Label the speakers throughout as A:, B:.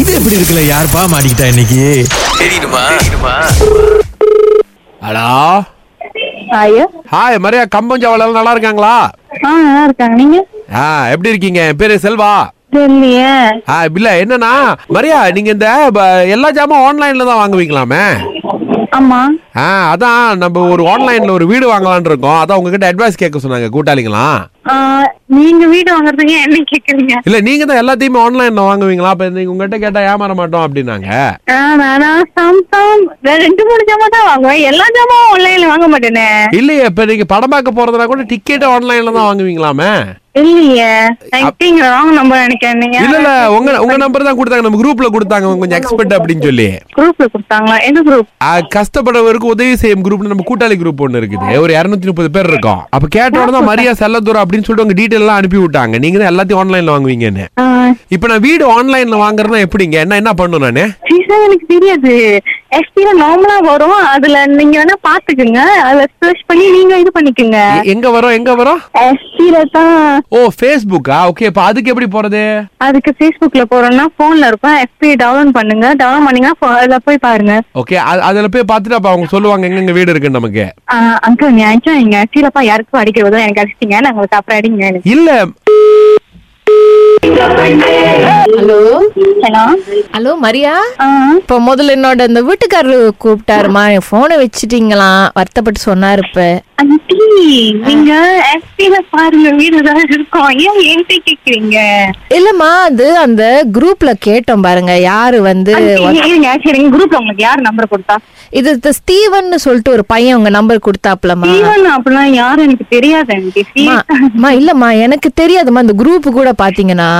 A: இது எப்படி இருக்குல்ல யாருப்பா மாட்டிக்கிட்டா இன்னைக்கு
B: ஹலோ
C: ஐயா
B: ஹாய் மரியா கம்பஞ்சவளெல்லாம் நல்லா இருக்காங்களா
C: ஆ நல்லா இருக்காங்க நீங்க
B: ஆ எப்படி இருக்கீங்க என் பேரு செல்வா
C: தெரியலையே
B: ஆ இல்ல என்னன்னா மரியா நீங்க இந்த ப- எல்லா ஜாமான் ஆன்லைன்ல தான் வாங்குவீங்களாமே
C: ஆமா
B: ஆ அதான் நம்ம ஒரு ஆன்லைன்ல ஒரு வீடு வாங்கலாம்னு இருக்கோம் அதான் உங்ககிட்ட அட்வைஸ் கேட்க சொன்னாங்க கூட்டாளிங்களாம்
C: ஆ, நீங்க வீடு வாங்குறதுக்கு என்ன கேக்குறீங்க
B: இல்ல நீங்க தான் எல்லாத்தையுமே ஆன்லைன்ல வாங்குவீங்களா அப்ப நீங்க உங்ககிட்ட கேட்டா ஏமாற மாட்டோம் அப்படின்னாங்க
C: ஆ, நானா சாம்சங் வே- ரெண்டு மூணு ஜாமா தான் வாங்குவேன் எல்லா ஜாமாவும் ஆன்லைன்ல வாங்க மாட்டேனே
B: இல்லையே இப்ப நீங்க படம் பார்க்க போறதுனா கூட டிக்கெட் ஆன்லைன்ல தான் வாங்குவீங்களாமே
C: இல்லையே ஐ திங்க் ராங் நம்பர் நினைக்கிறேன் நீங்க
B: இல்ல இல்ல உங்க உங்க நம்பர் தான் கொடுத்தாங்க நம்ம குரூப்ல கொடுத்தாங்க அவங்க கொஞ்சம் எக்ஸ்பர்ட் அப்படின்னு சொல்லி
C: குரூப்ல கொடுத்தாங்களா எந்த குரூப்
B: ஆ, கஷ்டப்படுறவருக்கு உதவி செய்யும் குரூப்னு நம்ம கூட்டாளி குரூப் ஒன்னு இருக்குது ஒரு இரநூத்தி முப்பது பேர் இருக்கோம் அப்ப கேட்ட உடனே மரியா செல்லத்தூரம் அப்படின்னு சொல்லிட்டு உங்க டீட்டெயில் எல்லாம் அனுப்பி விட்டாங்க நீங்க தான் எல்லாத்தையும் ஆன்லைன்ல வாங்குவீங்கன்னு இப்ப நான் வீடு ஆன்லைன்ல வாங்குறேன்னா எப்படிங்க என்ன என்ன பண்ணும் நானு
C: சீசா எனக்கு தெரியாது எஸ்பில நார்மலா வரும் அதுல நீங்க வேணா பாத்துக்குங்க அதுல சர்ச் பண்ணி நீங்க இது பண்ணிக்கோங்க
B: எ- எங்க வரோம் எங்க வரோம்
C: எஸ்பில தான்
B: ஓ ஃபேஸ்புக்கா ஓகே இப்ப அதுக்கு எப்படி போறது
C: அதுக்கு Facebookல போறோம்னா போன்ல இருக்கும் எஸ்பி டவுன்லோட் பண்ணுங்க டவுன்லோட் பண்ணீங்கன்னா போ- அதுல போய் பாருங்க
B: ஓகே அதுல போய் பார்த்துட்டு அப்ப அவங்க சொல்லுவாங்க எங்க எங்க வீடு இருக்குன்னு நமக்கு
C: அங்கிள் நியாயம் நீங்க சீலப்பா யாருக்கும் அடிக்கிறதோ எனக்கு அடிச்சிட்டீங்க நான் உங்களுக்கு அப்புறம் அடிங்க எனக்கு
B: இல்ல
D: ஹலோ
C: ஹலோ
D: ஹலோ மரியா இப்போ முதல்ல என்னோட இந்த வீட்டுக்காரரு கூப்பிட்டாருமா என் போனை வச்சுட்டீங்களாம் வருத்தப்பட்டு சொன்னாரு இப்ப
C: ஆண்டி நீங்க எஸ்பில பாருங்க வீடு தான் இருக்கோம் ஏன் என்கிட்ட கேக்குறீங்க
D: இல்லம்மா அது அந்த குரூப்ல கேட்டோம் பாருங்க யாரு வந்து
C: சரிங்க குரூப்ல உங்களுக்கு யார் நம்பர் கொடுத்தா
D: இது இந்த ஸ்டீவன்னு சொல்லிட்டு ஒரு பையன் உங்க நம்பர் கொடுத்தாப்லமா
C: சீவன் அப்படிலாம் யாரும் எனக்கு தெரியாது ஆண்டி சீவன்
D: அம்மா இல்லம்மா எனக்கு தெரியாதும்மா இந்த குரூப் கூட பாத்தீங்கன்னா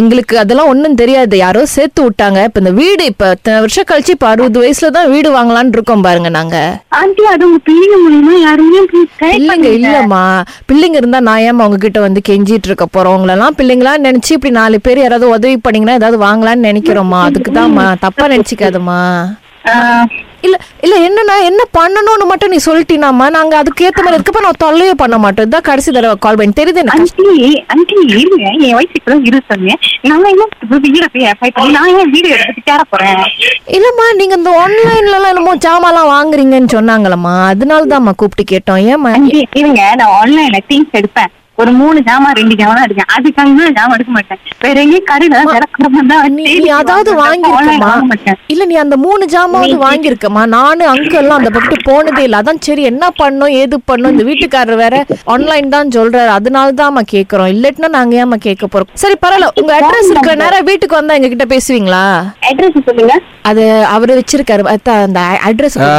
D: எங்களுக்கு அதெல்லாம் ஒண்ணும் தெரியாது யாரோ சேர்த்து விட்டாங்க இப்ப இந்த வீடு இப்ப இத்தனை வருஷம் கழிச்சு இப்ப அறுபது வயசுல தான் வீடு வாங்கலாம்னு இருக்கோம் பாருங்க நாங்க
C: ஆண்டி அது உங்க பிள்ளைங்க மூலியமா யாருமே please guide
D: இல்லைங்க
C: பண்ணுங்க.
D: இல்லம்மா பிள்ளைங்க இருந்தா நான் ஏன் அவங்க கிட்ட வந்து கெஞ்சிட்டு இருக்க போறோம் உங்களெல்லாம் பிள்ளைங்களா நினைச்சு இப்படி நாலு பேர் யாராவது உதவி பண்ணீங்கன்னா ஏதாவது வாங்கலாம்னு நினைக்கிறோம்மா அதுக்குதாம்மா தப்பா நினைச்சுக்காதம்மா
C: ஆஹ்,
D: இல்ல இல்ல என்னன்னா என்ன பண்ணணும்னு மட்டும் நீ சொல்லிட்டீனாம்மா நாங்க அதுக்கு ஏத்த மாதிரி இருக்கப்ப நான் தொல்லையே பண்ண மாட்டோம் இதான் கடைசி தடவை கால் பண்ணி தெரியுது எனக்கு
C: ஆண்டி ஆண்டி இருங்க என் வயசு இப்ப தான் இருபத்தொன்னு நான் என்ன வீட போய் apply பண்ணி நான் ஏன் வீடு எடுத்துட்டு தேட போறேன்
D: இல்லம்மா நீங்க இந்த ஆன்லைன்ல எல்லாம் என்னமோ ஜாமான்லாம் வாங்குறீங்கன்னு சொன்னாங்களம்மா அதனாலதாம்மா கூப்பிட்டு கேட்டோம் ஏம்மா
C: அஞ்சு இருங்க நான் ஆன்லைன்ல திங்ஸ் எடுப்பேன் ஒரு மூணு ஜாமா ரெண்டு ஜாமா எடுக்கேன் அதுக்காக தான் ஜாமா எடுக்க மாட்டேன் வேற எங்கேயும் கடையில விளக்கமா தான்
D: நீ நீ அதாவது வாங்கியிருக்கமா
C: வாங்க மாட்டேன்
D: இல்ல நீ அந்த மூணு ஜாமாவது வாங்கியிருக்கமா நானு அங்கெல்லாம் அந்த பக்கம் போனதே இல்ல அதான் சரி என்ன பண்ணோம் ஏது பண்ணோம் இந்த வீட்டுக்காரர் வேற ஆன்லைன் தான் சொல்றாரு அதனால தான்மா கேக்குறோம் இல்லட்டினா நாங்க ஏமா கேட்க போறோம் சரி பரவாயில்ல உங்க அட்ரஸ் இருக்க நேரம் வீட்டுக்கு வந்தா எங்க கிட்ட பேசுவீங்களா
C: அட்ரஸ் சொல்லுங்க
D: அது அவரு வச்சிருக்காரு அத்தா, அந்த அட்ரஸ்
B: ஆ,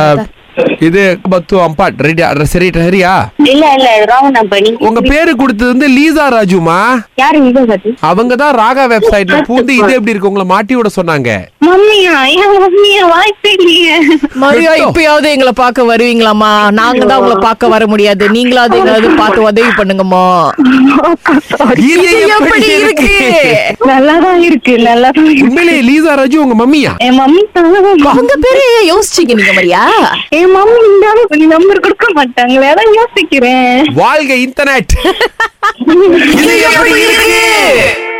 B: இது பத்து அம்பா ரெடியா சரி சரியா
C: இல்ல இல்ல ராங் நம்பர் நீங்க
B: உங்க பேரு கொடுத்தது வந்து லீசா ராஜுமா
C: யாரு இது சத்தி
B: அவங்க தான் ராகா வெப்சைட்ல பூந்து இது எப்படி இருக்கு உங்களை மாட்டி விட சொன்னாங்க
C: மம்மியா என் மம்மியா வாய்ப்பே இல்லையே
D: மரியா இப்பயாவது எங்களை பார்க்க வருவீங்களாமா நாங்க தான் உங்களை பார்க்க வர முடியாது நீங்களாவது எங்களாவது பார்த்து உதவி பண்ணுங்கம்மா
B: இது எப்படி இருக்கு
C: நல்லாதான் இருக்கு நல்லாதான் இருக்கு.
B: உண்மையிலேயே லீசா ராஜு உங்க மம்மியா
C: என் மம்மி தான்
D: உங்க பேரு ஏன் யோசிச்சீங்க நீங்க மரியா
C: என் மம்மி இந்த நம்பர் கொடுக்க மாட்டாங்களே அதான் யோசிக்கிறேன்
B: வாழ்க இன்டர்நெட் இது எப்படி இருக்கு